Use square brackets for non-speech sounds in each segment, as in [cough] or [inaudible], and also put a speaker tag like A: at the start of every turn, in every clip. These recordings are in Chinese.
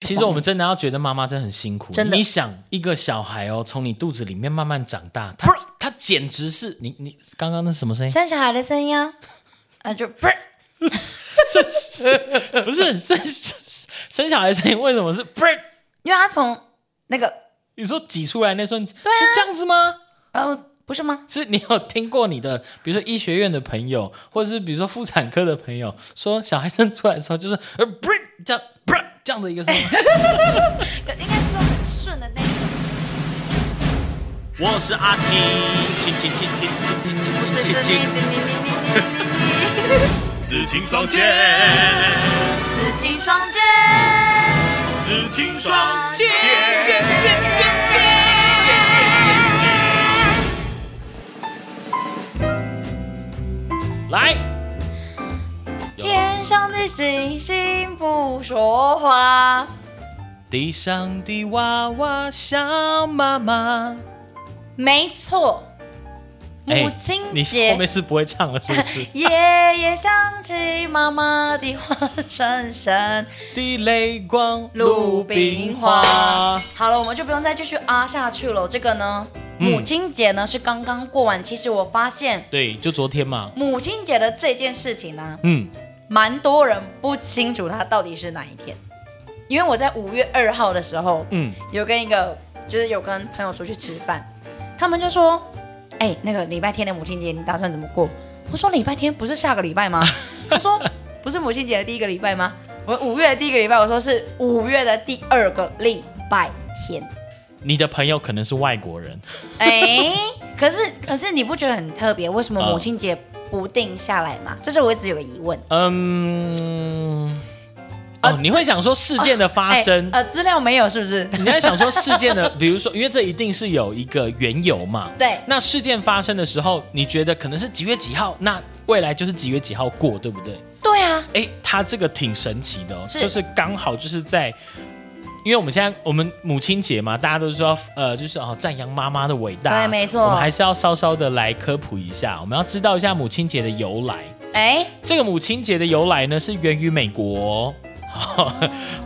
A: 其实我们真的要觉得妈妈真的很辛苦。
B: 真的
A: 你想一个小孩哦，从你肚子里面慢慢长大，他他简直是你你刚刚那是什么声音？
B: 生小孩的声音啊，啊就不是
A: 不是生生小孩的声音，为什么是不是？
B: 因为他从那个
A: 你说挤出来那瞬间、是这样子吗？
B: 呃不是吗？
A: 是你有听过你的，比如说医学院的朋友，或者是比如说妇产科的朋友，说小孩生出来的时候就是呃不是这样不是这样的一个声音。
B: 可应该是说很顺的那一种，
A: 我是阿青，青青青青青青青
B: 是是是是是是是，
A: 紫青双剑，
B: 紫青双剑，
A: 紫青
B: 双剑
A: 剑剑剑剑。来，
B: 天上的星星不说话，
A: 地上的娃娃像妈妈。
B: 没错，
A: 哎
B: 母亲
A: 你
B: 节？
A: 后面是不会唱了，是不是
B: [laughs] 夜夜想起妈妈的话声声，
A: 地雷光
B: 鲁
A: 鲁
B: 冰
A: 冰
B: 花
A: 花。。
B: 好了，我们就不用再继续啊下去了。这个呢，
A: 嗯
B: 母亲节呢是刚刚过完，其实我发现
A: 对，就昨天嘛。
B: 母亲节的这件事情呢，
A: 嗯，
B: 蛮多人不清楚它到底是哪一天，因为我在五月二号的时候，
A: 嗯
B: 有跟一个就是有跟朋友出去吃饭，他们就说，哎、那个礼拜天的母亲节你打算怎么过？我说礼拜天不是下个礼拜吗？他说不是母亲节的第一个礼拜吗？我五月的第一个礼拜，我说是五月的第二个礼拜天。
A: 你的朋友可能是外国人，
B: 哎、可是可是你不觉得很特别？为什么母亲节不定下来嘛？这是我一直有个疑问。
A: 嗯，
B: 啊
A: 哦，你会想说事件的发
B: 哎
A: 生，嗯
B: 呃，资料没有是不是？
A: 你在想说事件的，比如说，因为这一定是有一个缘由
B: [laughs]
A: 嘛。
B: 对
A: 那事件发生的时候，你觉得可能是几月几号？那未来就是几月几号过，对不对？
B: 对啊，
A: 哎，它这个挺神奇的哦，
B: 是
A: 就是刚好就是在。因为我们现在我们母亲节嘛，大家都说呃，就是哦赞扬妈妈的伟大，
B: 对没错
A: 我们还是要稍稍的来科普一下，我们要知道一下母亲节的由来。
B: 哎、
A: 这个母亲节的由来呢，是源于美国。哦 [laughs]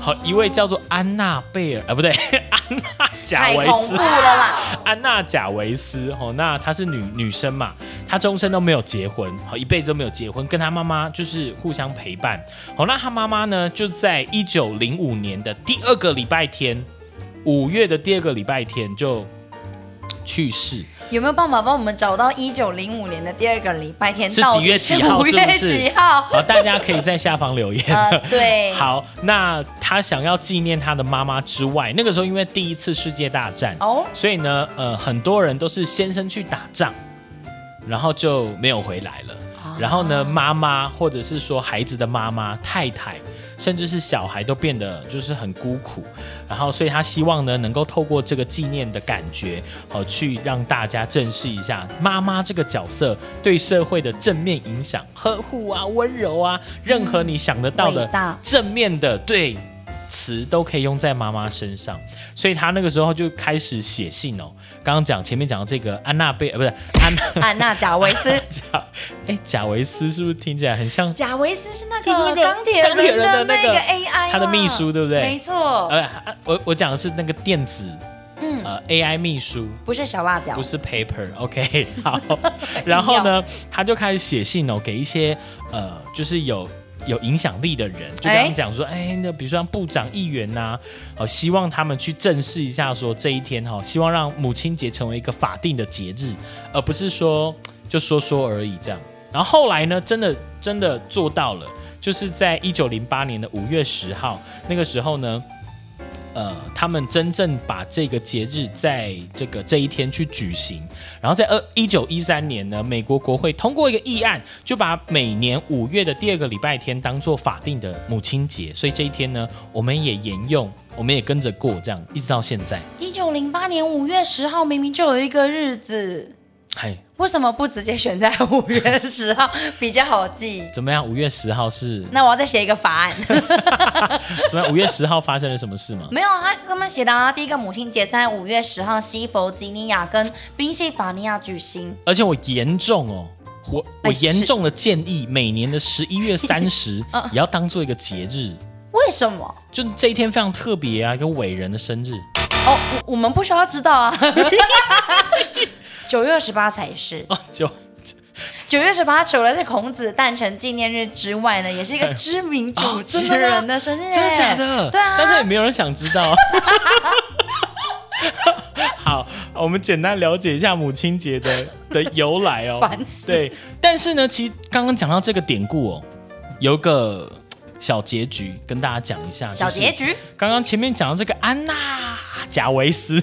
A: 好，一位叫做安娜贝尔啊，不对， [laughs] 安娜贾
B: 太
A: 维
B: 恐怖
A: 斯，
B: 了啦！
A: 安娜贾维斯哦，那她是女女生嘛，她终身都没有结婚，好，一辈子都没有结婚，跟她妈妈就是互相陪伴。好，那她妈妈呢，就在一九零五年的第二个礼拜天，五月的第二个礼拜天就去世。
B: 有没有办法帮我们找到一九零五年的第二个礼拜天
A: 是
B: 到
A: 几
B: 底
A: 月
B: 是
A: 几号？
B: 五
A: 是
B: 月
A: 不是？
B: 几号？
A: 好，哦大家可以在下方留言。
B: [laughs] 呃，
A: [laughs]
B: 对，
A: 好，那他想要纪念他的妈妈之外，那个时候因为第一次世界大战，
B: 哦，
A: 所以呢，呃，很多人都是先生去打仗，然后就没有回来了。
B: 啊
A: 然后呢，妈妈或者是说孩子的妈妈、太太，甚至是小孩，都变得就是很孤苦。然后，所以他希望呢，能够透过这个纪念的感觉，好、去让大家正视一下妈妈这个角色对社会的正面影响、呵护啊、温柔啊，任何你想得到
B: 伟
A: 的
B: 大
A: 正面的对词都可以用在妈妈身上。所以他那个时候就开始写信哦。刚刚讲前面讲到这个安娜贝，呃，不是安娜
B: 安娜啊贾
A: [laughs]
B: 维斯，
A: 贾，哎，贾维斯是不是听起来很像？
B: 贾维斯是那
A: 就是那
B: 个
A: 个
B: 钢铁
A: 钢铁人
B: 人的
A: 的那
B: 那个
A: 个
B: AI，
A: 他的
B: 嘛
A: 秘书对不对
B: 没错，
A: 呃，啊我我讲的是那个电子，
B: 嗯
A: 呃，AI 秘书。
B: 不是小辣椒
A: 不，是 [laughs] paper，OK，、好。然后呢，他就开始写信哦，给一些呃，就是有有影响力的人，就跟他
B: 哎
A: 们讲说，哎，那比如说像部长、议员呐、哦，希望他们去正视一下，说这一天哈、哦，希望让母亲节成为一个法定的节日，而不是说就说说而已这样。然后后来呢，真的真的做到了，就是在一九零八年的五月十号，那个时候呢，呃，他们真正把这个节日在这个这一天去举行，然后在二一九一三年呢，美国国会通过一个议案，就把每年五月的第二个礼拜天当做法定的母亲节，所以这一天呢，我们也沿用，我们也跟着过，这样一直到现在。
B: 一九零八年五月十号明明就有一个日子。
A: 嗨，
B: 为什么不直接选在五月十号 [laughs] 比较好记？
A: 怎么样？五月十号是
B: 那我要再写一个法
A: [laughs]
B: 案。
A: 怎么样？五月十号发生了什么事 [laughs] 吗？
B: 没有，他他们写的啊，第一个母亲节在五月十号西弗吉尼亚跟宾夕法尼亚举行。
A: 而且我严重哦，我
B: 哎
A: 我
B: 是
A: [laughs] 嗯严重的建议，每年的十一月三十也要当做一个节日。
B: 为什么？
A: 就这一天非常特别啊，一个伟人的生日 [laughs]
B: 哦，我我们不需要知道啊。 [laughs] 九月二十八才是，
A: 哦，就
B: 九月十八除了是孔子诞辰纪念日之外呢，也是一个知名主持人的生日、
A: 哎哦真的假的？
B: 对啊，
A: 但是也没有人想知道。 [laughs] 好，我们简单了解一下母亲节的的由来哦。
B: [laughs] 烦死
A: 对，但是呢，其实刚刚讲到这个典故哦，有个小结局跟大家讲一下。
B: 小
A: 就是
B: 结局，
A: 刚刚前面讲到这个安娜贾维斯，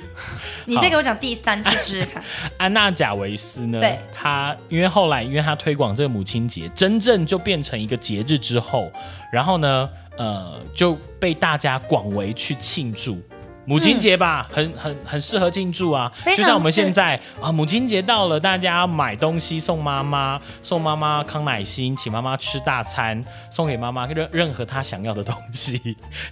B: 你再给我讲第三次试试看。
A: 安娜贾维斯呢
B: 对，
A: 她因为后来因为她推广这个母亲节，真正就变成一个节日之后，然后呢，呃，就被大家广为去庆祝。母亲节吧，很很很适合庆祝啊！
B: 嗯非
A: 就
B: 常
A: 像我们
B: 是
A: 现在啊，母亲节到了，大家买东西送妈妈，送妈妈康乃馨，请妈妈吃大餐，送给妈妈任任何她想要的东西，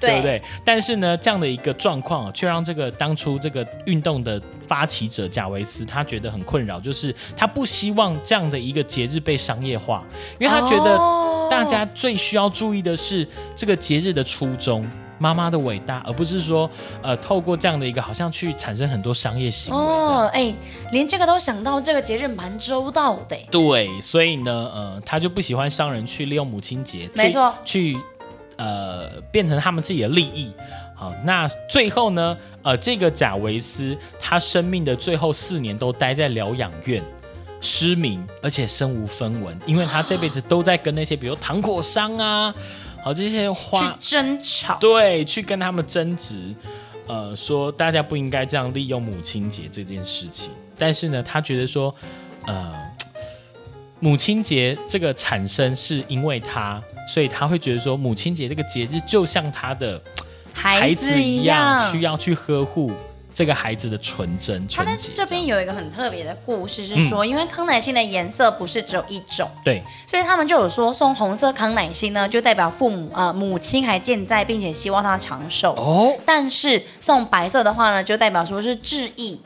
B: 对
A: [laughs] 对不对？但是呢，这样的一个状况啊，却让这个当初这个运动的发起者贾维斯他觉得很困扰，就是他不希望这样的一个节日被商业化，因为他觉得
B: 哦
A: 大家最需要注意的是这个节日的初衷。妈妈的伟大，而不是说，呃，透过这样的一个，好像去产生很多商业行为。这样
B: 哦，哎、连这个都想到，这个节日蛮周到的、哎
A: 对，所以呢，呃，他就不喜欢商人去利用母亲节，去
B: 没错
A: 去呃变成他们自己的利益。好，那最后呢，呃，这个贾维斯他生命的最后四年都待在疗养院。失明，而且身无分文，因为他这辈子都在跟那些，比如糖果商啊，好这些花
B: 去争吵，
A: 对，去跟他们争执，呃，说大家不应该这样利用母亲节这件事情。但是呢，他觉得说，呃，母亲节这个产生是因为他，所以他会觉得说，母亲节这个节日就像他的
B: 孩
A: 孩
B: 子
A: 子
B: 一
A: 一样，
B: 样。
A: 需要去呵护这个孩子的纯真
B: 他
A: 纯
B: 在
A: 洁
B: 这
A: 这样。嗯
B: 边有一个很特别的故事，是说，因为康乃馨的颜色不是只有一种，
A: 对，
B: 所以他们就有说，送红色康乃馨呢，就代表父母呃母亲还健在，并且希望他长寿。
A: 哦，
B: 但是送白色的话呢，就代表说是致意，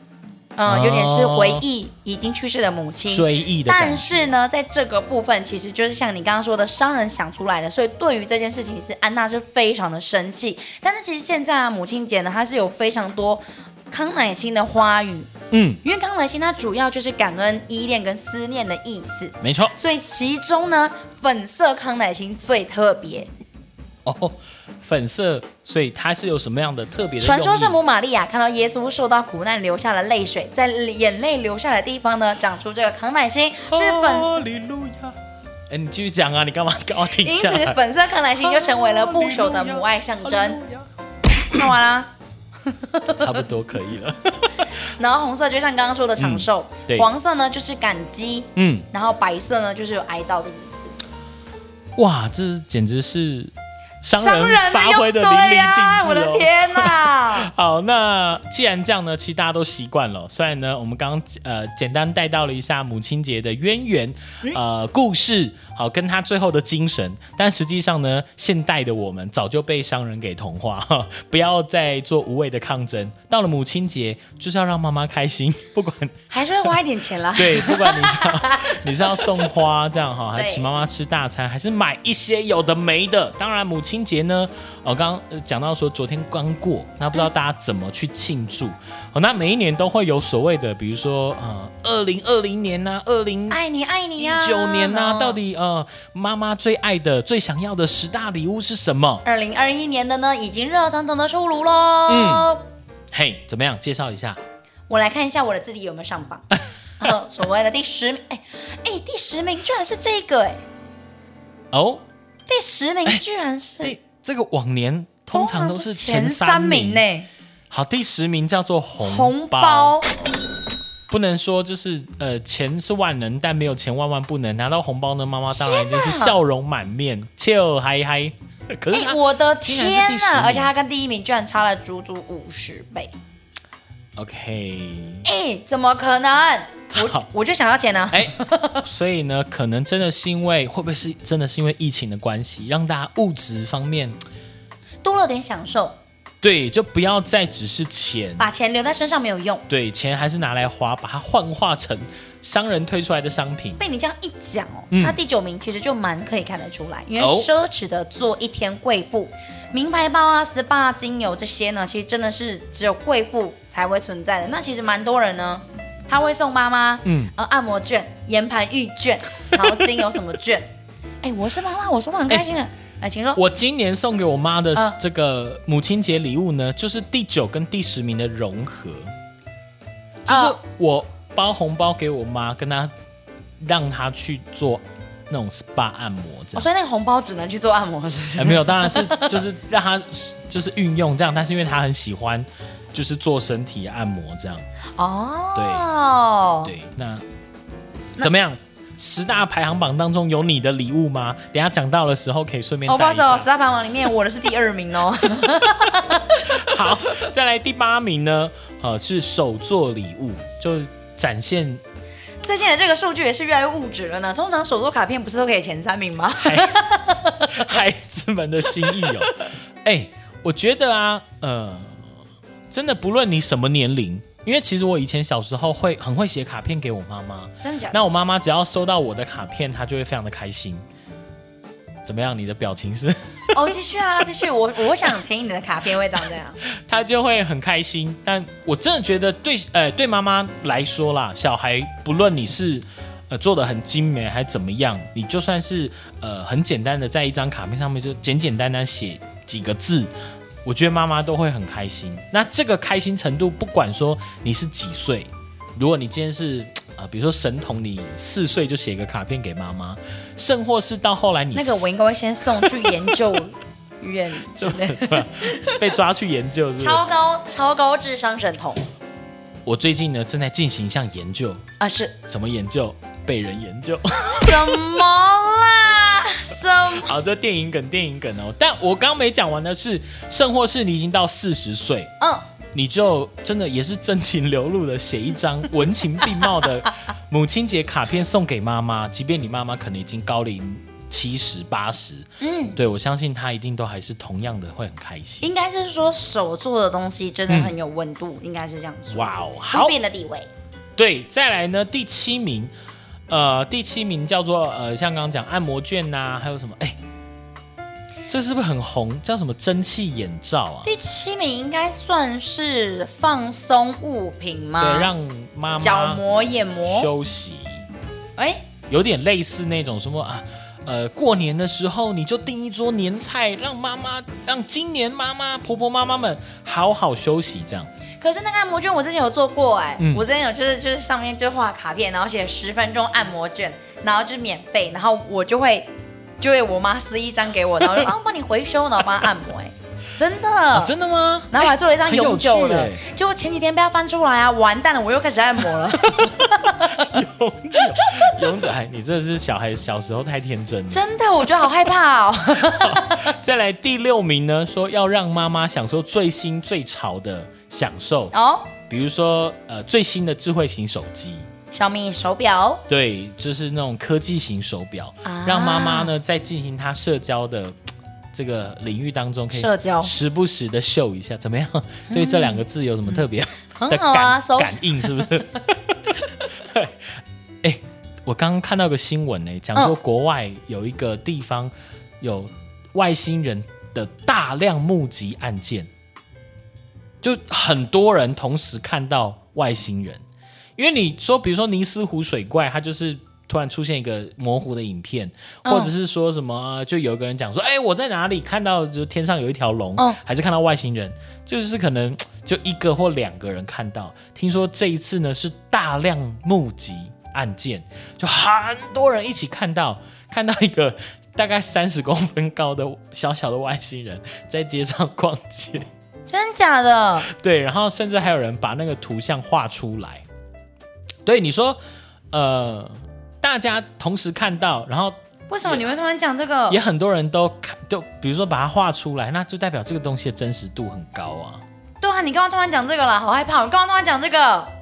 B: 嗯、有点是回忆已经去世的母亲。
A: 追忆的感
B: 但
A: 觉。
B: 是呢，在这个部分，其实就是像你刚刚说的，商人想出来的，所以对于这件事情是安娜是非常的生气。但是其实现在啊，母亲节呢，它是有非常多康乃馨的花语，
A: 嗯，
B: 因为康乃馨它主要就是感恩、依恋跟思念的意思，
A: 没错。
B: 所以其中呢，粉色康乃馨最特别。
A: 哦，粉色，所以它是有什么样的特别的用
B: 传
A: 意？
B: 说圣母玛利亚看到耶稣受到苦难，流下了泪水，在眼泪流下的地方呢，长出这个康乃馨，
A: 哦
B: 是粉色
A: 哈利路亚。哎，你继续讲啊！你干嘛干嘛停
B: 因
A: 下
B: 此，
A: 来？
B: 粉色康乃馨就成为了不朽的母爱象
A: 哦
B: 征。看完啦，
A: 差不多可以了。
B: 然后红色就像刚刚说的长寿，
A: 嗯对
B: 黄色呢就是感激，
A: 嗯，
B: 然后白色呢就是有哀悼的意思。
A: 哇，这简直是商
B: 商人
A: 发挥
B: 的
A: 的
B: 又
A: 淋漓
B: 对呀、
A: 尽致、哦
B: 我的！天
A: [laughs]
B: 哪！
A: 好，那既然这样呢，其实大家都习惯了。虽然呢，我们刚刚呃简单带到了一下母亲节的渊源，呃故事，好跟她最后的精神，但实际上呢，现代的我们早就被商人给同化， [laughs] 哈不要再做无谓的抗争。到了母亲节，就是要让妈妈开心， [laughs] 不管
B: 还是会花一点钱啦。
A: [laughs] 对，不管你是要你是要送花这样哈，还
B: 对
A: 是请妈妈吃大餐，还是买一些有的没的。当然，母亲节呢，哦，刚刚呃讲到说昨天刚过，那不知道大家怎么去庆祝？哦，那每一年都会有所谓的，比如说呃，二零二零年呐、二零
B: 爱你爱你
A: 一
B: 呀、
A: 九年呐、
B: 然后
A: 到底呃，妈妈最爱的、最想要的十大礼物是什么？
B: 二零二一年的呢，已经热腾腾的出炉喽。嗯，
A: 嘿，怎么样？介绍一下。
B: 我来看一下我的自己有没有上
A: [laughs]
B: 榜。呃所谓的第十名，哎哎，第十名居然是这个哎，
A: 哦，
B: 第十名居然是
A: 对，这个往年哎通常都是
B: 前
A: 前
B: 三
A: 三
B: 名
A: 名
B: 呢、。
A: 好，第十名叫做红
B: 红
A: 包
B: 包
A: 不能说就是呃钱是万能，但没有钱万万不能。拿到红包呢，妈妈当然就是笑容满面，笑嗨嗨。 [laughs] 可是
B: 哎、
A: 他、
B: 我的
A: 竟然是
B: 天
A: 第十
B: 呐！
A: 名
B: 而且它跟第一名居然差了足足五十倍，
A: OK，
B: 哎、怎么可能？我
A: 好
B: 我就想要钱啊！
A: 哎、所以呢，可能真的是因为会不会是真的是因为疫情的关系，让大家物质方面
B: 多了点享受，
A: 对，就不要再只是钱，
B: 把钱留在身上没有用。
A: 对，钱还是拿来花，把它幻化成商人推出来的商品。
B: 被你这样一讲哦，
A: 嗯
B: 他第九名其实就蛮可以看得出来，因为
A: 哦
B: 奢侈的做一天贵妇，名牌包啊、SPA 啊精油这些呢，其实真的是只有贵妇才会存在的。那其实蛮多人呢，他会送妈妈，
A: 嗯
B: 嗯，呃，按摩券、岩盘浴
A: [laughs]
B: 券，然后精油什么券。哎，我是妈妈，我收到很开心的。哎，请 [laughs] 说。
A: 我今年送给我妈的
B: 嗯
A: 这个母亲节礼物呢，就是第九跟第十名的融合，就是
B: 哦
A: 我包红包给我妈，跟她让她去做那种 SPA 按摩这样。
B: 哦所以那个红包只能去做按摩，是不是？
A: 哎，没有，当然是 [laughs] 就是让她就是运用这样，但是因为她很喜欢，就是做身体按摩这样。
B: 哦，
A: 对，那怎么样？十大排行榜当中有你的礼物吗？等一下讲到的时候可以顺便
B: 哦，不
A: 带
B: 好
A: 一
B: 意思哦，
A: 下
B: 十。大排行榜里面我的是第二名哦。
A: 好，再来第八名呢，呃，是手作礼物，就展现
B: 最近的这个数据也是越来越物质了呢。通常手作卡片不是都可以前三名吗？
A: 孩孩子们的心意哦。 [laughs] 哎、我觉得啊，呃，真的不论你什么年龄，因为其实我以前小时候会很会写卡片给我妈妈，
B: [laughs] 真的假的？
A: 那我妈妈只要收到我的卡片，她就会非常的开心。怎么样？你的表情是？
B: [laughs] 哦，继续啊，继续。我我想听你的卡片会长这样。
A: 他就会很开心。但我真的觉得对，呃，对妈妈来说啦，小孩不论你是呃做的很精美还怎么样，你就算是呃很简单的在一张卡片上面就简简单单写几个字。我觉得妈妈都会很开心。那这个开心程度，不管说你是几岁，如果你今天是呃，比如说神童，你四岁就写个卡片给妈妈，甚或是到后来你
B: [laughs] 那个我应该会先送去研究院之类
A: [laughs]
B: 的。
A: 啊被抓去研究是不是，
B: [laughs] 超高超高智商神童
A: 我最近呢正在进行一项研究，
B: 啊，是
A: 什么研究？被人研究。 [laughs]
B: 什么啦？什么？
A: 好，这电影梗，电影梗哦。但我刚没讲完的是，甚或是你已经到四十岁，
B: 嗯，
A: 你就真的也是真情流露的写一张文情并茂的母亲节卡片送给妈妈，即便你妈妈可能已经高龄七十八十，嗯，对我相信她一定都还是同样的会很开心。
B: 应该是说手做的东西真的很有温度，应该是这样说。
A: 哇哦，好
B: 不，变的地位，
A: 对，再来呢，第七名，呃，第七名叫做呃，像刚刚讲按摩券呐、还有什么？哎，这是不是很红？叫什么蒸汽眼罩啊？
B: 第七名应该算是放松物品吗？
A: 对，让妈
B: 角
A: 妈
B: 膜、眼膜，
A: 休息，
B: 哎、
A: 有点类似那种什么啊。呃，过年的时候你就订一桌年菜，让妈妈，让今年妈妈、婆婆妈妈们好好休息，这样。
B: 可是那个按摩券我之前有做过哎、
A: 嗯
B: 我之前有就是就是上面就画卡片，然后写十分钟按摩券，然后就免费，然后我就会就会我妈撕一张给我，然后我
A: [laughs]
B: 就啊帮你回收，然后帮她按摩哎、真的、
A: 啊真的吗？ [laughs]
B: 然后我还做了一张
A: 很有
B: 永久的，
A: 趣
B: 结果前几天被她翻出来啊，完蛋了，我又开始按摩
A: [laughs]
B: 了，
A: 永久，永久，哎，你真的是小孩小时候太天真了。
B: 真的，我觉得好害怕哦。
A: 再来第六名呢，说要让妈妈享受最新最潮的享受，
B: 哦，
A: 比如说呃最新的智慧型手机，
B: 小米手表，
A: 对，就是那种科技型手表，
B: 啊
A: 让妈妈呢在进行她社交的嘖这个领域当中，可以
B: 社交
A: 时不时的秀一下，怎么样？对这两个字有什么特别
B: 很
A: 的
B: 好啊
A: 感
B: 搜
A: 感应？是不
B: [laughs]
A: 是？哎，我刚刚看到个新闻呢、讲说
B: 嗯
A: 国外有一个地方有外星人的大量目击案件，就很多人同时看到外星人。因为你说，比如说尼斯湖水怪，它就是突然出现一个模糊的影片，
B: 嗯
A: 或者是说什么，呃就有一个人讲说，哎、我在哪里看到，就天上有一条龙，
B: 嗯
A: 还是看到外星人，这就是可能就一个或两个人看到。听说这一次呢是大量募集案件，就很多人一起看到， [laughs] 看到一个。大概三十公分高的小小的外星人在街上逛街，
B: 真假的？
A: 对，然后甚至还有人把那个图像画出来。对，你说，呃，大家同时看到，然后
B: 为什么你会突然讲这个
A: 也？很多人都看，就比如说把它画出来，那就代表这个东西的真实度很高啊。
B: 对啊，你干嘛突然讲这个啦？好害怕！我干嘛突然讲
A: [laughs]
B: 这个？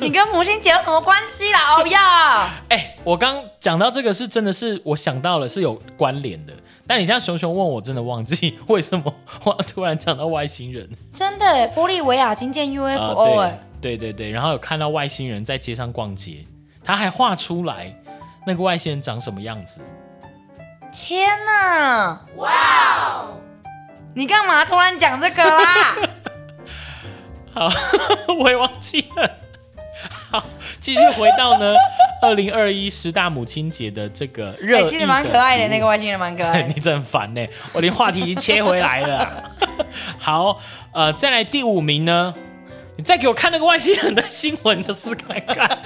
B: 你跟母亲节有什么关系啦？哦呀，
A: 哎，我刚讲到这个是真的是我想到了是有关联的，但你像熊熊问我，真的忘记 [laughs] 为什么我突然讲到外星人
B: 真的耶，玻利维亚新建
A: 啊
B: UFO 哎、
A: 对对对对，然后有看到外星人在街上逛街，他还画出来那个外星人长什么样子。 [laughs]
B: 天哪！哇哦！你干嘛突然讲这个啦？
A: 好，我也忘记了。好，继续回到
B: [laughs]
A: 呢，二零二一十大母亲节的嗯这个 [laughs] 热、
B: 哎、
A: 议
B: 其实蛮可爱的，那个
A: 外
B: 外星人蛮可爱
A: 星 [laughs]
B: 的
A: 你。真烦呢、我连话题已经切回来了
B: [laughs]
A: 啊。好，呃，再来第五名呢，你再给我看那个外星人的新闻的事看
B: [laughs]
A: 看，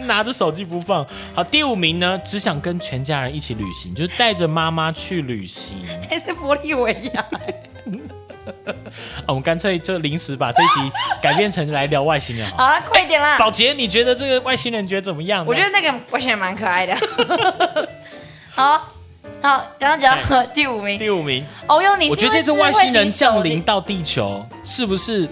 A: 拿着手机不放。好，第五名呢，只想跟全家人一起旅行，就是带着妈妈去旅
B: [laughs]
A: 行。
B: 还哎是玻利维亚？
A: 啊我们干脆就临时把这一集改变成来聊外星人好了
B: [laughs] 好了，快
A: [laughs]
B: 点啦！
A: 宝杰，你觉得这个外星人觉得怎么样呢？
B: 啊我觉得那个外星人蛮可爱的。
A: [laughs]
B: 好，好，刚刚讲到第五名，
A: 哎第五名，
B: 哦哟，你
A: 我
B: 是
A: 觉
B: 因
A: 得这
B: 为智
A: 次
B: 慧
A: 外星人
B: 型手
A: 降
B: 机
A: 临，到地球，是不是？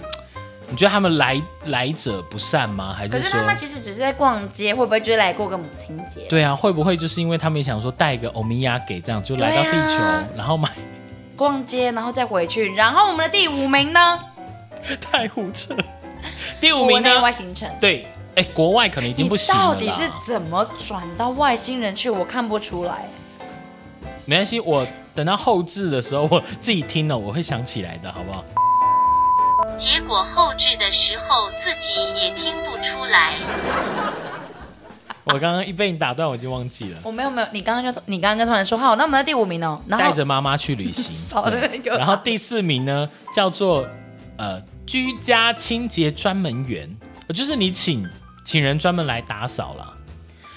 A: 你觉得他们来来者不善吗？还
B: 可是
A: 说
B: 他？们其实只是在逛街，会不会就是来过个母亲节？
A: 对啊，会不会就是因为他们也想说带一个欧米亚给这样，就来到地球，
B: 对啊
A: 然后买
B: 逛街，然后再回去。然后我们的第五名呢？
A: 太胡扯。第五
B: 国
A: 名
B: 内
A: 呢？
B: 外星城。
A: 对，哎，国外可能已经不行
B: 你
A: 了啦。
B: 到底是怎么转到外星人去？我看不出来。
A: 没关系，我等到后置的时候，我自己听了，我会想起来的，好不好？
C: 结果后置的时候自己也听不出来。
A: 我刚刚一被你打断，我已经忘记了。
B: 我没有没有，你刚刚就你刚刚就突然说好，那我们的第五名哦，然
A: 带
B: 后
A: 着妈妈去旅行，
B: [laughs] 少了那个
A: 然后第四名呢叫做呃居家清洁专门员，呃就是你请请人专门来打扫啦。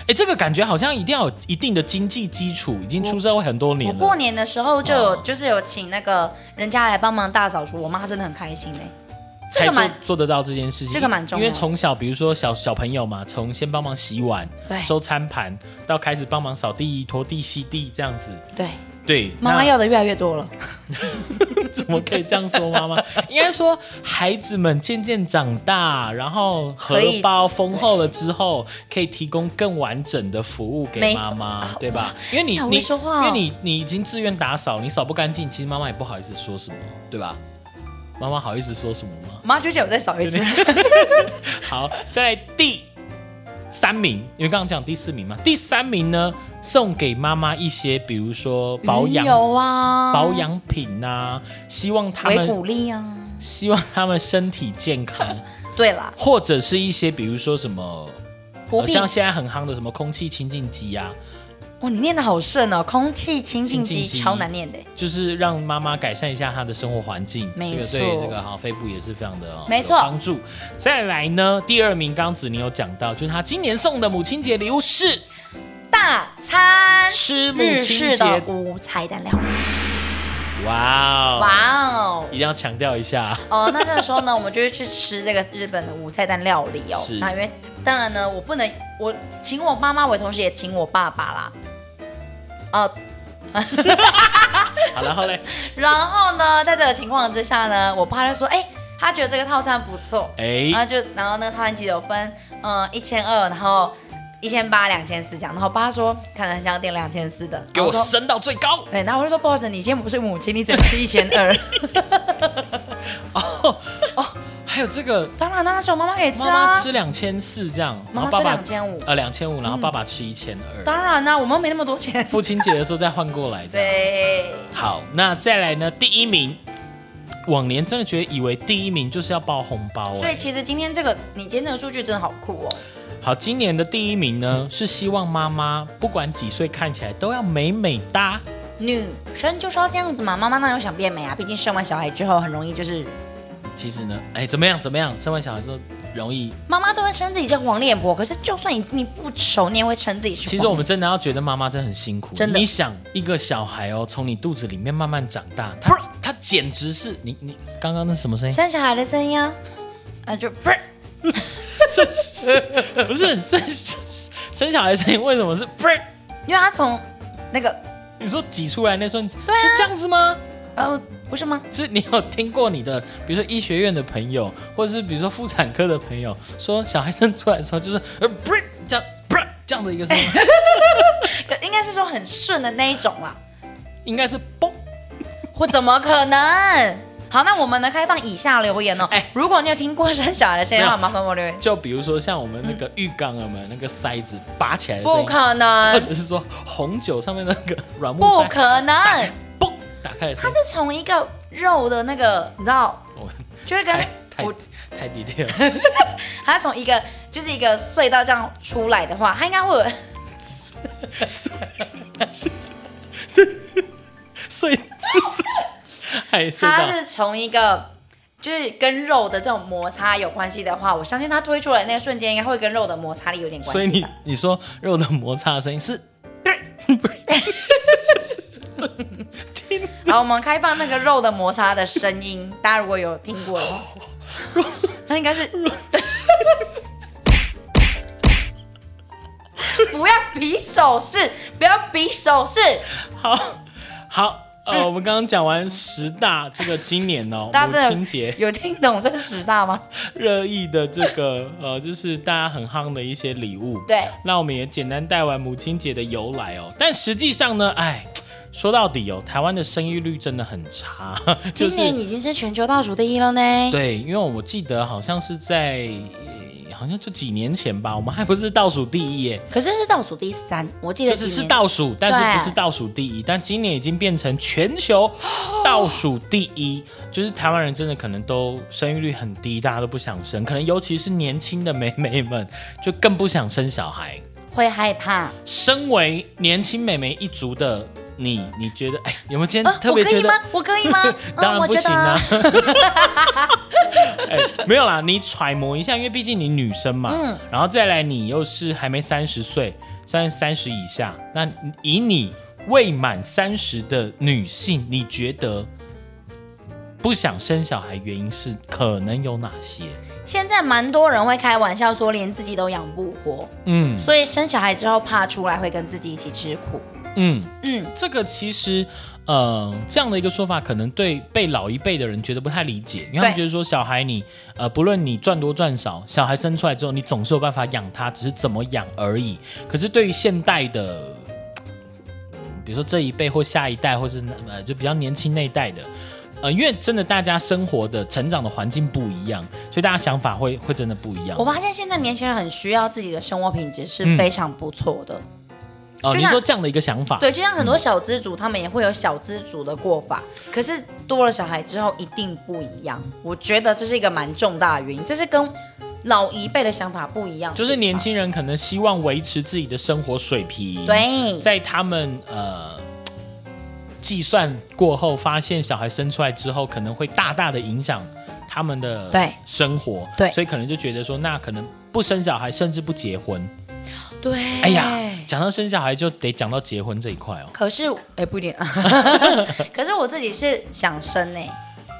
A: 哎，这个感觉好像一定要有一定的经济基础，已经出社会很多
B: 我
A: 年
B: 过
A: 了。
B: 年的时候就有
A: 哇
B: 就是有请那个人家来帮忙大扫除，我妈真的很开心哎、这
A: 才
B: 个
A: 做
B: 蛮
A: 做得到这件事情，
B: 这个蛮重要
A: 因为从小，比如说小小朋友嘛，从先帮忙洗碗、
B: 对
A: 收餐盘，到开始帮忙扫地、拖地、吸地这样子。
B: 对，
A: 对，
B: 妈妈
A: 那
B: 要的越来越多了。
A: 怎么可以这样说妈妈？应该说孩子们渐渐长大，然后荷
B: 可以
A: 包丰厚了之后，可以提供更完整的服务给
B: 没
A: 妈
B: 错
A: 妈
B: 啊，
A: 对吧？因为你
B: 好会
A: 你
B: 说话哦
A: 因为你你已经自愿打扫，你扫不干净，其实妈妈也不好意思说什么，对吧？妈妈好意思说什么吗？
B: 妈就叫我再扫一次，
A: 好，再来第三名，因为刚刚讲第四名嘛，第三名呢，送给妈妈一些，比如说 [laughs] 保
B: [laughs]
A: 养
B: 鱼油啊，
A: 保养品呐、希望他
B: 维
A: 们
B: 骨力啊。
A: 希望他们身体健
B: [laughs]
A: 康，
B: 对啦，
A: 或者是一些比如说什么，
B: 补
A: 呃
B: 品
A: 像现在很夯的什么空气清净机啊，
B: 哇，你念的好顺哦，空气清
A: 清
B: 净机
A: 净机
B: 超难念的欸，
A: 就是让妈妈改善一下她的生活环境。
B: 没
A: 这个
B: 错
A: 对这个哈肺部也是非常的、哦、
B: 没错
A: 有帮助。再来呢，第二名刚刚子你有讲到，就是他今年送的母亲节礼物是
B: 大餐
A: 吃母
B: 日
A: 亲
B: 式
A: 节
B: 的，无菜单料理，
A: 哇哦，
B: 哇哦！
A: 一定要强调一下，
B: [laughs] 哦，那这个时候呢，我们就会去吃这个日本的无菜单料理哦
A: 是。
B: 那因为当然呢，我不能，我请我妈妈，我同时也请我爸爸啦。呃，
A: 好了，好嘞，
B: 然后呢，在这个情况之下呢，我爸就说，哎、他觉得这个套餐不错，
A: 哎
B: 然后就然后那个套餐其实有分，嗯，一千二，然后一千八、两千四这样。然后我爸说，看来很想点两千四的，
A: 给我
B: 然后说。
A: 升到最高。
B: 对，然后我就说，不好意思，你今天不是母亲，你只能吃一千二。
A: 还有这个
B: 当然啦，那时候妈妈可以吃
A: 妈
B: 啊，
A: [laughs] 妈吃两千四这样，然
B: 妈
A: 后爸
B: 妈吃
A: 爸
B: 两千五。嗯
A: 呃两千五，然后爸爸吃一千二。
B: 当然啊啦、我们没那么多钱。
A: 父亲节的时候再换过来。这样，
B: 对，
A: 好，那再来呢？第一名，往年真的觉得以为第一名就是要包红包
B: 所
A: 哎、
B: 以其实今天这个你今天这个数据真的好酷哦。
A: 好，今年的第一名呢是希望妈妈不管几岁看起来都要美美哒。
B: 女生就是要这样子嘛，妈妈那有想变美啊，毕竟生完小孩之后很容易就是
A: 其实呢，哎，怎么样怎么样？生完小孩之后容易，
B: 妈妈都会称自己叫黄脸婆，可是就算你你不丑，你也会称自己是
A: 其实我们真的要觉得妈妈真的很辛苦。
B: 真的
A: 你想一个小孩哦，从你肚子里面慢慢长大，他他简直是你你刚刚那是什么声音？
B: 生小孩的声音啊，啊就不是
A: [laughs] 不是生生小孩的声音为什么是不是？
B: 因为他从那个
A: 你说挤出来那瞬间、是这样子吗？
B: 呃不是吗？
A: 是你有听过你的，比如说医学院的朋友，或者是比如说妇产科的朋友，说小孩生出来的时候就是呃不是这样不是这样的一个声音，
B: 呃
A: [laughs]
B: 应该是说很顺的那一种啦。
A: 应该是嘣。
B: 或怎么可能？好，那我们能开放以下留言哦。
A: 哎
B: 如果你有听过生小孩的声音的话，
A: 没
B: 麻烦我留言。
A: 就比如说像我们那个浴缸有没有那个塞子拔起来的声
B: 不
A: 音，
B: 可
A: 或
B: 能，
A: 者是说红酒上面那个软木
B: [laughs] 不
A: 塞
B: 可能！
A: 嘣打开的
B: 它
A: 声音，
B: 是从一个肉的那个，你知道，
A: 我
B: 就是跟
A: 太太
B: 我，
A: 太低调了，
B: 它从一个就是一个隧道这样出来的
A: [laughs]
B: 话，它应该会有
A: 所以还睡
B: 它
A: 到
B: 是从一个就是跟肉的这种摩擦有关系的话，我相信它推出来那个瞬间应该会跟肉的摩擦力有点关系吧。
A: 所以你你说肉的摩擦的声音是 [laughs]
B: [laughs] 好，我们开放那个肉的摩擦的声音， [laughs] 大家如果有听过
A: [laughs]
B: 的话，那应该是。不要比手势，不要比手势，
A: 好好呃，我们刚刚讲完十大这个今年哦
B: 嗯 [laughs] 大家
A: 母
B: 真
A: 亲
B: 的
A: 节
B: 有听懂这十大吗？
A: 热议的这个呃，就是大家很夯的一些礼物。
B: 对，
A: 那我们也简单带完母亲节的由来哦，但实际上呢，哎，说到底哦，台湾的生育率真的很差， [laughs] 就
B: 今
A: 是
B: 年已经是全球倒数第一了呢。
A: 对，因为我记得好像是在呃好像就几年前吧，我们还不是倒数第一耶，
B: 可是是倒数第三，我记得
A: 就是是
B: 今年
A: 倒数，但
B: 对
A: 是不是倒数第一，但今年已经变成全
B: [gasps]
A: 球倒数第一，就是台湾人真的可能都生育率很低，大家都不想生，可能尤其是年轻的妹妹们就更不想生小孩。
B: 会害怕。
A: 身为年轻美眉一族的你，你觉得哎，有没有今天
B: 呃，
A: 特
B: 我
A: 别
B: 可
A: 觉
B: 以
A: 得？？
B: 吗？我可以吗
A: [laughs] 当然
B: 嗯我
A: 不
B: 觉
A: 行
B: 得
A: 啦、
B: 啊。
A: [laughs] 哎、没有啦，你揣摩一下，因为毕竟你女生嘛，
B: 嗯
A: 然后再来你又是还没三十岁，算三十以下，那以你未满三十的女性，你觉得不想生小孩原因是可能有哪些？
B: 现在蛮多人会开玩笑说，连自己都养不活。
A: 嗯
B: 所以生小孩之后怕出来会跟自己一起吃苦。
A: 嗯，
B: 嗯，
A: 这个其实，呃，这样的一个说法，可能对被老一辈的人觉得不太理解，因为他们
B: 对
A: 觉得说，小孩你，呃，不论你赚多赚少，小孩生出来之后，你总是有办法养他，只是怎么养而已。可是对于现代的，嗯比如说这一辈或下一代，或是呃，就比较年轻那一代的。呃，因为真的大家生活的成长的环境不一样，所以大家想法会会真的不一样
B: 我。发现现在年轻人很需要自己的生活品质是
A: 嗯
B: 非常不错的。
A: 哦、
B: 就
A: 你
B: 像
A: 说这样的一个想法，
B: 对，就像很多小资族，他们也会有小资族的过法，可是多了小孩之后一定不一样。我觉得这是一个蛮重大的原因，这是跟老一辈的想法不一样的地
A: 就
B: 方，
A: 是年轻人可能希望维持自己的生活水平，
B: 对
A: 在他们呃计算过后，发现小孩生出来之后，可能会大大的影响他们的
B: 对
A: 生活，
B: 对
A: 所以可能就觉得说，那可能不生小孩，甚至不结婚。
B: 对，
A: 哎呀，讲到生小孩就得讲到结婚这一块哦。
B: 可是，哎、不一定。 [laughs] 可是我自己是想生呢、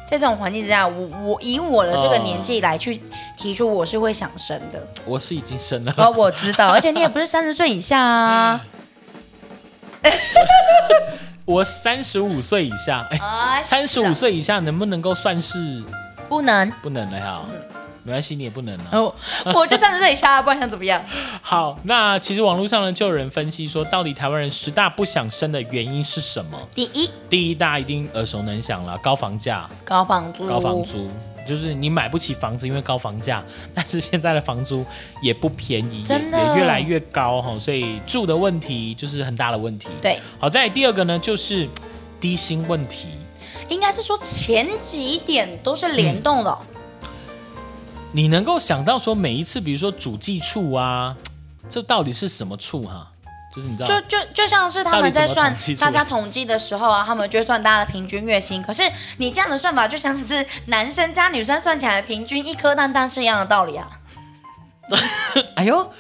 B: 在这种环境之下，我我以我的这个年纪来去提出，我是会想生的。
A: 我是已经生了，
B: 哦，我知道，而且你也不是三十岁以下啊。
A: 我三十五岁以下，哎、
B: 啊
A: 三十五岁以下能不能够算是
B: 不能。
A: 不能了呀？没关系，你也不能啊。
B: 哦， [laughs] 我就三十岁以下，啊不然想怎么样？
A: 好，那其实网络上呢，就有人分析说，到底台湾人十大不想生的原因是什么？
B: 第一，
A: 第一大一定耳熟能详了，高房价、
B: 高房租。
A: 高房
B: 哦
A: 租，就是你买不起房子，因为高房价，但是现在的房租也不便宜，也
B: 真的
A: 也越来越高哈，所以住的问题就是很大的问题。，
B: 对，
A: 好，再来第二个呢，就是嘖低薪问题。
B: 应该是说前几点都是联动的哦、
A: 你能够想到说每一次，比如说主计处啊，嘖这到底是什么处哈、就是你知道
B: 就，就就像是他们在
A: 到底怎么
B: 算
A: 统计出来
B: 大家统计的时候啊，他们就会算大家的平均月薪。可是你这样的算法，就像是男生加女生算起来平均一颗蛋蛋是一样的道理啊。
A: 哎呦，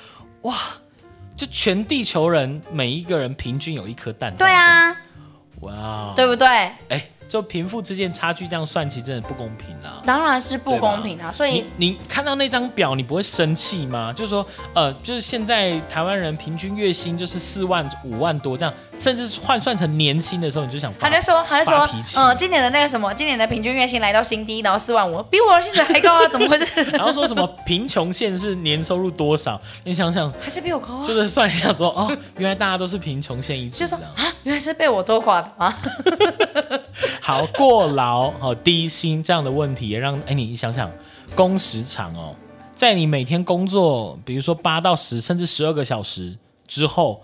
A: 哇，就全地球人每一个人平均有一颗蛋蛋。
B: 对，啊，
A: 哇，哦
B: 对不对？
A: 哎，就贫富之间差距这样算，其实真的不公平啦。
B: 当然是不公平啊。所
A: 你
B: 以
A: 你看到那张表，你不会生气吗？就是说，呃，就是现在台湾人平均月薪就是四万五万多这样，甚至是换算成年薪的时候，你就想发
B: 他就说，他就
A: 发
B: 说
A: 脾，气
B: 嗯、今年的那个什么，今年的平均月薪来到新低，然后四万五，比我的薪水还高啊，怎么会
A: [laughs]
B: 是？
A: 然后说什么贫穷线是年收入多少？你想想，
B: 还是比我高啊？
A: 就是算一下说，哦，原来大家都是贫穷线一族
B: 就
A: 这
B: 说
A: 样。
B: 啊，原来是被我拖垮的
A: [laughs]
B: 吗？
A: 好，过劳哦，低薪这样的问题也让哎，你想想，工时长哦，在你每天工作，比如说八到十甚至十二个小时之后，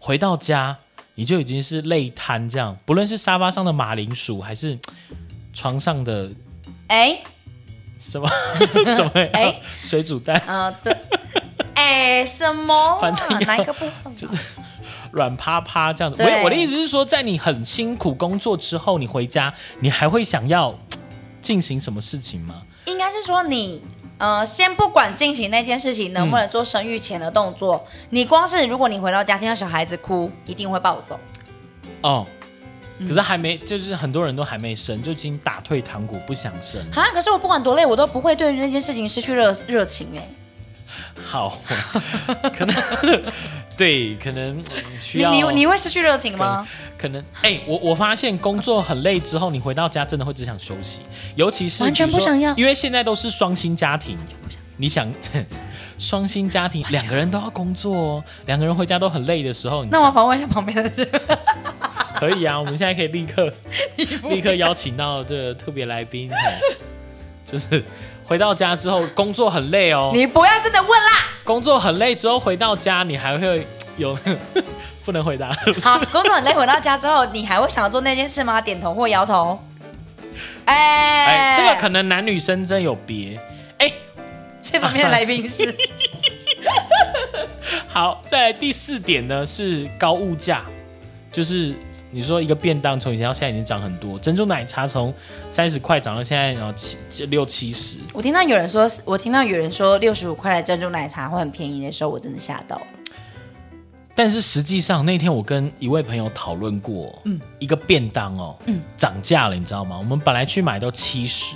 A: 回到家你就已经是累瘫这样，不论是沙发上的马铃薯，还是床上的
B: 哎，
A: 什
B: [laughs]
A: 么怎么样、
B: 哎
A: [laughs] 水煮蛋。
B: 呃，
A: [laughs]
B: 对，哎，什么啊？
A: 反正要
B: 哪一个部分？就是
A: 软趴趴这样子。
B: 对
A: 我我的意思是说，在你很辛苦工作之后，你回家，你还会想要嘖进行什么事情吗？
B: 应该是说你。呃，先不管进行那件事情能不能做生育前的动作，你光是如果你回到家听到小孩子哭，一定会暴走。
A: 哦，
B: 嗯
A: 可是还没，就是很多人都还没生，就已经打退堂鼓，不想生。
B: 啊，可是我不管多累，我都不会对那件事情失去热热情哎、
A: 好， [laughs] 可能 [laughs] 对，可能嗯需
B: 你
A: 要
B: 你你会失去热情吗？
A: 可能哎、我我发现工作很累之后，你回到家真的会只想休息，尤其是
B: 完全
A: 比如说
B: 不想要
A: 因为现在都是双薪家庭，你想 [laughs] 双薪家庭两个人都要工作哦，两个人回家都很累的时候，你
B: [laughs] 那我
A: 想
B: 访问一下旁边的人，
A: 可以啊，我们现在可以立刻 [laughs] 立刻邀请到这个特别来宾，嘿 [laughs] 就是回到家之后工作很累哦，
B: 你不要真的问啦。
A: 工作很累之后回到家，你还会有 [laughs] 不能回答，
B: 好，工作很累，回到家之后，你还会想要做那件事吗？点头或摇头？哎、
A: 哎、这个可能男女生真有别，哎、
B: 这旁边的来宾是
A: [laughs] 好，再来第四点呢是高物价，就是你说一个便当从以前到现在已经涨很多，珍珠奶茶从三十块涨到现在然后七七六七十，
B: 我听到有人说，我听到有人说六十五块的珍珠奶茶会很便宜的时候，我真的吓到了。
A: 但是实际上那天我跟一位朋友讨论过，嗯，一个便当哦，嗯，涨价了，你知道吗？我们本来去买都七十，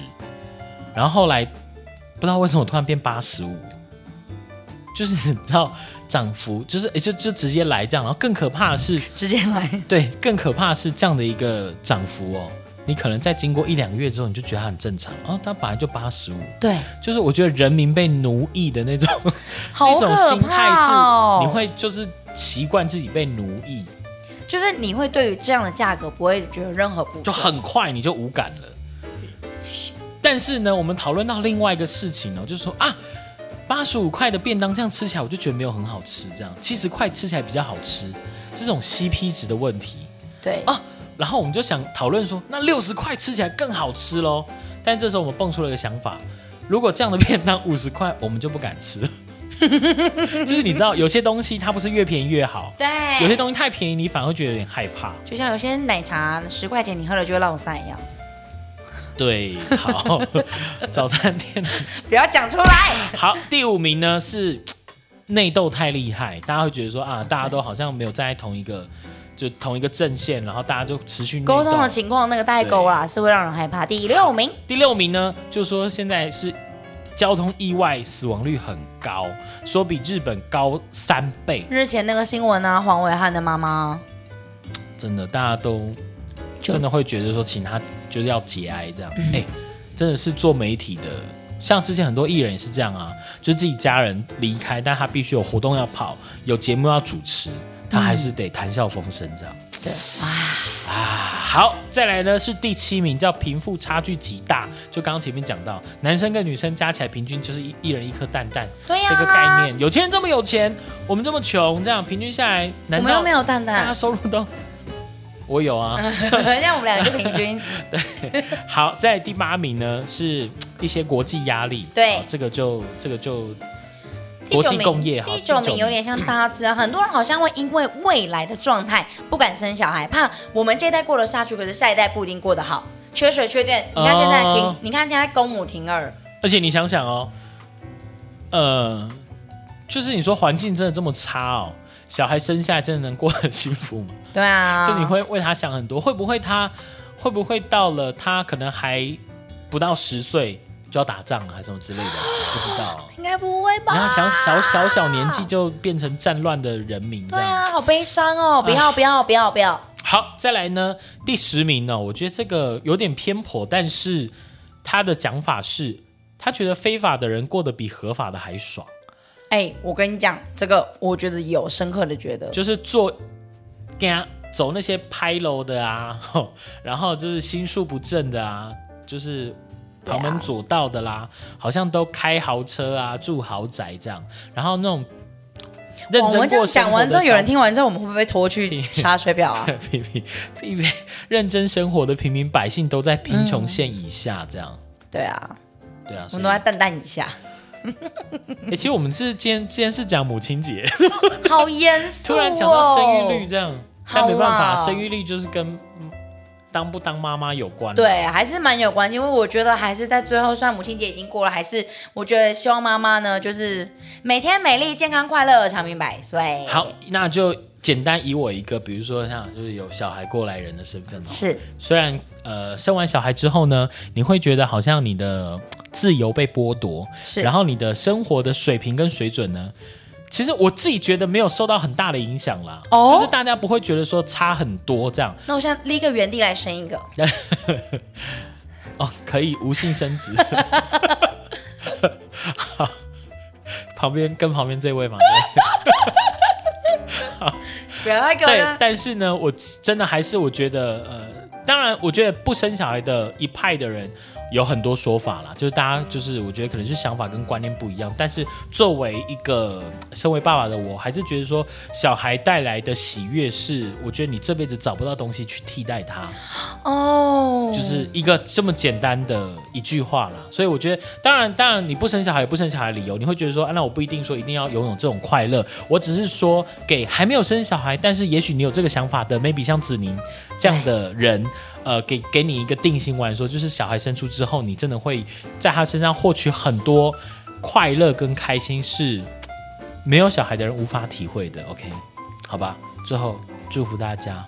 A: 然后后来不知道为什么突然变八十五。就是你知道涨幅，就是诶就就直接来这样，然后更可怕的是， [laughs]
B: 直接来，
A: 对，更可怕的是这样的一个涨幅哦，你可能在经过一两个月之后，你就觉得它很正常哦，它本来就八十五，
B: 对，
A: 就是我觉得人民被奴役的那种
B: 好
A: 那种
B: 可哦
A: 心态
B: 怕哦！
A: 是，你会就是习惯自己被奴役，
B: 就是你会对于这样的价格不会觉得任何不
A: 就很快你就无感了。但是呢，我们讨论到另外一个事情哦，就是说啊，八十五块的便当这样吃起来，我就觉得没有很好吃，这样七十块吃起来比较好吃，这种 CP 值的问题。
B: 对
A: 啊，然后我们就想讨论说，那六十块吃起来更好吃喽。但这时候我们蹦出了一个想法，如果这样的便当五十块，我们就不敢吃了。 [laughs] 就是你知道，有些东西它不是越便宜越好，有些
B: 对，
A: 东西太便宜，你反而会觉得有点害怕。
B: 就像有些奶茶十块钱你喝了就会落腮一样，
A: 对，好， [laughs] 早餐店
B: 不要讲出来。
A: 好，第五名呢是内斗太厉害，大家会觉得说啊，大家都好像没有在同一个就同一个阵线，然后大家就持续内斗
B: 沟通的情况那个代沟啊，是会让人害怕。第六名，
A: 第六名呢，就说现在是交通意外死亡率很高，说比日本高三倍，
B: 日前那个新闻啊，黄伟汉的妈妈，
A: 真的，大家都
B: 就嗯
A: 真的会觉得说，请他就是要节哀这样，哎、真的是做媒体的。像之前很多艺人也是这样啊，就是自己家人离开，但他必须有活动要跑，有节目要主持，他还是得谈笑风生这样。啊
B: 对，
A: 好，再来呢是第七名，叫贫富差距极大。就刚刚前面讲到，男生跟女生加起来平均就是一一人一颗蛋蛋，
B: 对呀
A: 这个概念。有钱人这么有钱，我们这么穷，这样平均下来，
B: 我
A: 难
B: 们又
A: 道
B: 没有蛋
A: 大家
B: 蛋，
A: 收入都？我有
B: 嗯
A: 啊。
B: [laughs] 这样我们两个就平均。
A: 好，在第八名呢是一些国际压力，
B: 对
A: 哦这个就这个就
B: 第
A: 国
B: 九
A: 际
B: 名，
A: 共业好
B: 第九名有点像大家知道，很多人好像会因为未来的状态不敢生小孩，怕我们这一代过得下去，可是下一代不一定过得好。缺水缺电，你看现在停，
A: 哦
B: 你看现在公母停二，
A: 而且你想想哦，呃，就是你说环境真的这么差哦，小孩生下来真的能过得很幸福吗？
B: 对啊，
A: 就你会为他想很多，会不会他会不会到了他可能还不到十岁就要打仗啊了，还是什么之类的，不知道。
B: 应该不会吧？
A: 你看，小小小小年纪就变成战乱的人民，这
B: 对
A: 样。
B: 啊，好悲伤哦！不要不要不要不要！
A: 好，再来呢，第十名呢、我觉得这个有点偏颇，但是他的讲法是，他觉得非法的人过得比合法的还爽，
B: 哎，我跟你讲，这个我觉得有深刻的觉得，
A: 就是做跟他走那些拍楼的啊， [laughs] 吼然后就是心术不正的啊，就是
B: 对啊
A: 旁门左道的啦，好像都开豪车啊，住豪宅这样，然后那种认
B: 我
A: 真
B: 们这
A: 过
B: 样
A: 生
B: 讲
A: 活
B: 完
A: 的
B: 之后，有
A: 小
B: 人听完之后，我们会不会拖去查水
A: [laughs]
B: 表啊？
A: 批评批评认真生活的平民百姓都在贫穷线以下，这样、
B: 对啊，
A: 对啊。
B: 嗯我
A: 所以
B: 们都在淡淡一下，
A: 欸其实我们是今天今天是讲母亲
B: [laughs]
A: 节，
B: 好严肃哦。
A: 突然讲到生育率这样，但
B: 哦好
A: 没办法，
B: 啦
A: 生育率就是跟嗯当不当妈妈有关。，
B: 对，还是蛮有关系，因为我觉得还是在最后，虽然母亲节已经过了，还是我觉得希望妈妈呢，就是每天美丽、健康、快乐、长命百岁。
A: 好，，那就简单以我一个，比如说像就是有小孩过来人的身份哦，
B: 是
A: 虽然呃生完小孩之后呢，你会觉得好像你的呃自由被剥夺，
B: 是
A: 然后你的生活的水平跟水准呢，其实我自己觉得没有受到很大的影响啦，
B: 哦
A: 就是大家不会觉得说差很多这样，
B: 那我现在立刻原地来生一个，
A: 哦，可以无性生殖。 [laughs] 好， [laughs] 旁边跟旁边这位嘛，
B: 不要再给我
A: 对，
B: 那
A: 但是呢，我真的还是我觉得，呃，当然，我觉得不生小孩的一派的人有很多说法啦，就是大家就是我觉得可能是想法跟观念不一样，但是作为一个呃身为爸爸的我，还是觉得说小孩带来的喜悦是，我觉得你这辈子找不到东西去替代它。
B: 哦，
A: 就是一个这么简单的一句话啦。所以我觉得，当然，当然你不生小孩有不生小孩的理由，你会觉得说、啊，那我不一定说一定要拥有这种快乐，我只是说给还没有生小孩，但是也许你有这个想法的，maybe 像子宁这样的人。呃，给给你一个定心丸，说就是小孩生出之后，你真的会在他身上获取很多快乐跟开心，是没有小孩的人无法体会的。OK，好吧，最后祝福大家。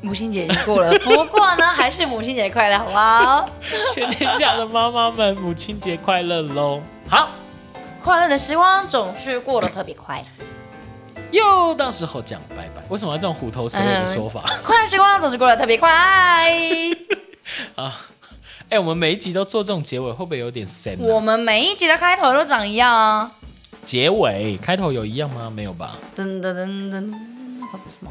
B: 母亲节已经过了，不过呢，还是母亲节快乐，好不好？
A: [laughs] 全天下的妈妈们，母亲节快乐喽！好，
B: 快乐的时光总是过得特别快，
A: 又到时候讲拜拜。为什么要这种虎头蛇尾的说法？
B: 快乐时光总是过得特别快。
A: [laughs] 哎、我们每一集都做这种结尾，会不会有点啊 s
B: 我们每一集的开头都长一样啊，
A: 结尾开头有一样吗？没有吧？
B: 噔噔噔噔，那个不是吗？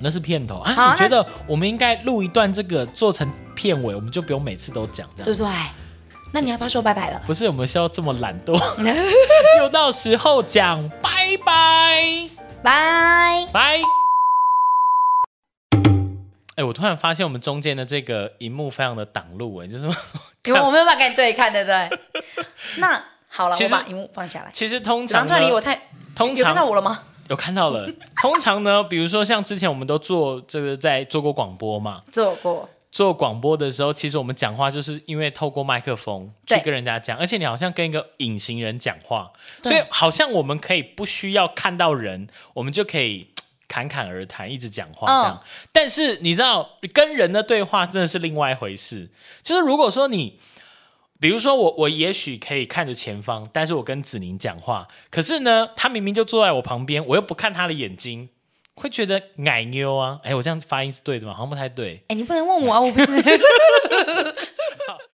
A: 那是片头
B: 好
A: 啊。
B: 那
A: 你觉得我们应该录一段这个做成片尾，我们就不用每次都讲这
B: 对
A: 样。
B: 不对？那你要不要说拜拜了？
A: 不是我们需要这么懒惰， [laughs] 又到时候讲拜拜
B: [laughs] 拜。
A: 拜。哎、我突然发现我们中间的这个荧幕非常的挡路，哎，就是。
B: 因为我没有办法跟你对看，对不对？ [laughs] 那好了，
A: 其
B: 我
A: 实
B: 把荧幕放下来。
A: 其实通
B: 子
A: 常
B: 昂突然
A: 呢
B: 离我太，
A: 通
B: 有看到
A: 常
B: 我了吗？
A: 有看到了。通常呢，比如说像之前我们都做这个在做过广播嘛，
B: 做过，
A: 做广播的时候，其实我们讲话就是因为透过麦克风去
B: 对
A: 跟人家讲，而且你好像跟一个隐形人讲话，所以好像我们可以不需要看到人，我们就可以。侃侃而谈，一直讲话这样，但是你知道，跟人的对话真的是另外一回事。就是如果说你比如说我，我也许可以看着前方，但是我跟子宁讲话，可是呢，他明明就坐在我旁边，我又不看他的眼睛，会觉得矮妞啊。哎，我这样发音是对的吗？好像不太对。
B: 哎，你不能问我啊，我不